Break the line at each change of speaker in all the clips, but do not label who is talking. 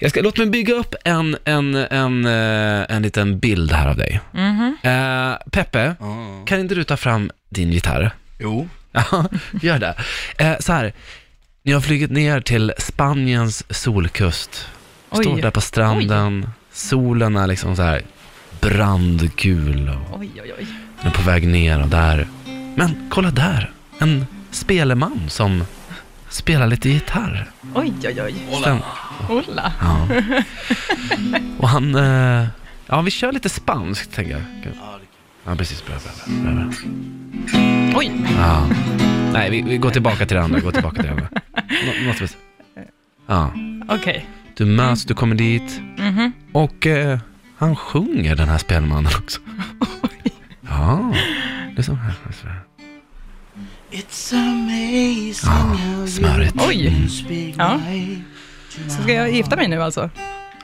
Jag ska, låt mig bygga upp en, en, en, eh, en liten bild här av dig.
Mm-hmm.
Eh, Peppe, kan inte du ta fram din gitarr?
Jo.
Ja, gör det. Eh, så här, ni har flugit ner till Spaniens solkust. Står
Oj.
där på stranden, solen är liksom så här brandgul och
Oj, oj, oj.
den är på väg ner och där. Men kolla där, en spelman som spelar lite gitarr.
Oj, oj, oj.
Stäm-
Ola.
Ja. Och han... eh, Ja, vi kör lite spanskt, tänker jag. Ja, precis. Bra, bra, bra, bra.
Oj.
Ja. Nej, vi, vi går tillbaka till det andra. Går tillbaka till det andra. Nå, något vis. Ja.
Okej.
Du möts, du kommer dit.
Mhm.
Och eh, han sjunger, den här spelmannen också. Ja, lyssna här. lyssna här.
It's amazing
Ja, smörigt. Mm.
Oj.
Speak
Ja.
my-
Så ska jag gifta mig nu alltså?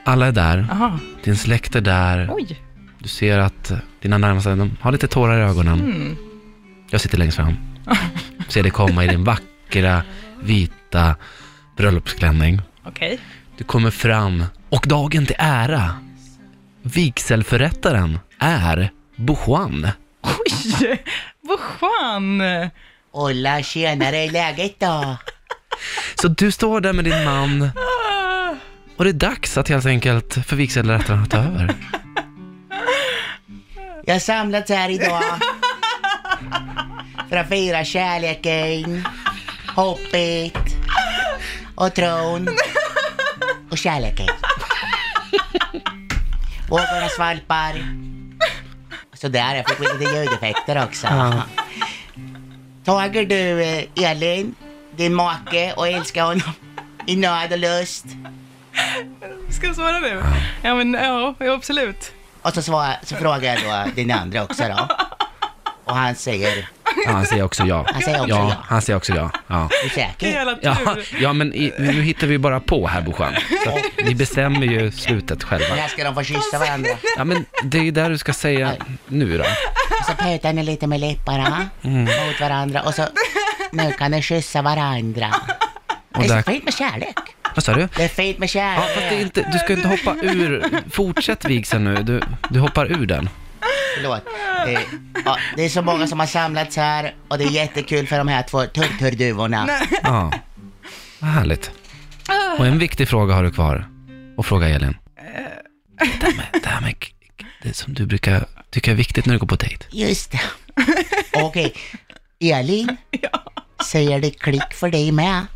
Alla är där,
Aha.
din släkt är där.
Oj.
Du ser att eh, dina närmaste, de har lite tårar i ögonen.
Mm.
Jag sitter längst fram. Ser dig komma i din vackra, vita bröllopsklänning.
Okej.
Du kommer fram och dagen till ära. Vigselförrättaren är Bojuan.
Oj. Vad skön.
Olla, tjenare, hur är läget då?
Så du står där med din man
Ah.
och det är dags att helt enkelt för vigselförrättaren att ta över.
Jag har samlats här idag för att fira kärleken, hoppet och tron och kärleken. Vågorna svalpar. Sådär, jag fick lite ljudeffekter också. Tager du eh, Elin, din make, och älskar honom i nöd och lust?
Ska jag svara nu? Ja, men ja, ja, absolut.
Och så, svar, så frågar jag då din andra också då. Och han säger,
Ja, han säger också ja.
Han säger också
ja.
ja.
Han säger också ja. ja.
du är
Det är
säker?
jävla tur.
Ja, ja, men i, nu hittar vi bara på här, Bojuan. Så att Ni bestämmer ju slutet själva.
När ska de få kyssa varandra?
Ja, men det är ju där du ska säga nu då.
Och så pötar ni lite med läpparna
Mm.
mot varandra och så nu kan ni kyssa varandra.
Och
det är
där,
så fint med kärlek.
vad sa du?
Det är fint med
Ja, fast det är
kärlek.
inte, du ska inte hoppa ur, fortsätt vigseln nu, du, du hoppar ur den.
Förlåt. Det är, ja, det är så många som har samlats här och det är jättekul för de här två turturduvorna.
Ja, vad härligt. Och en viktig fråga har du kvar, och fråga Elin. Det här med, det här med det som du brukar tycka är viktigt när du går på dejt.
Just det. Okej. Elin, säger det klick för dig med?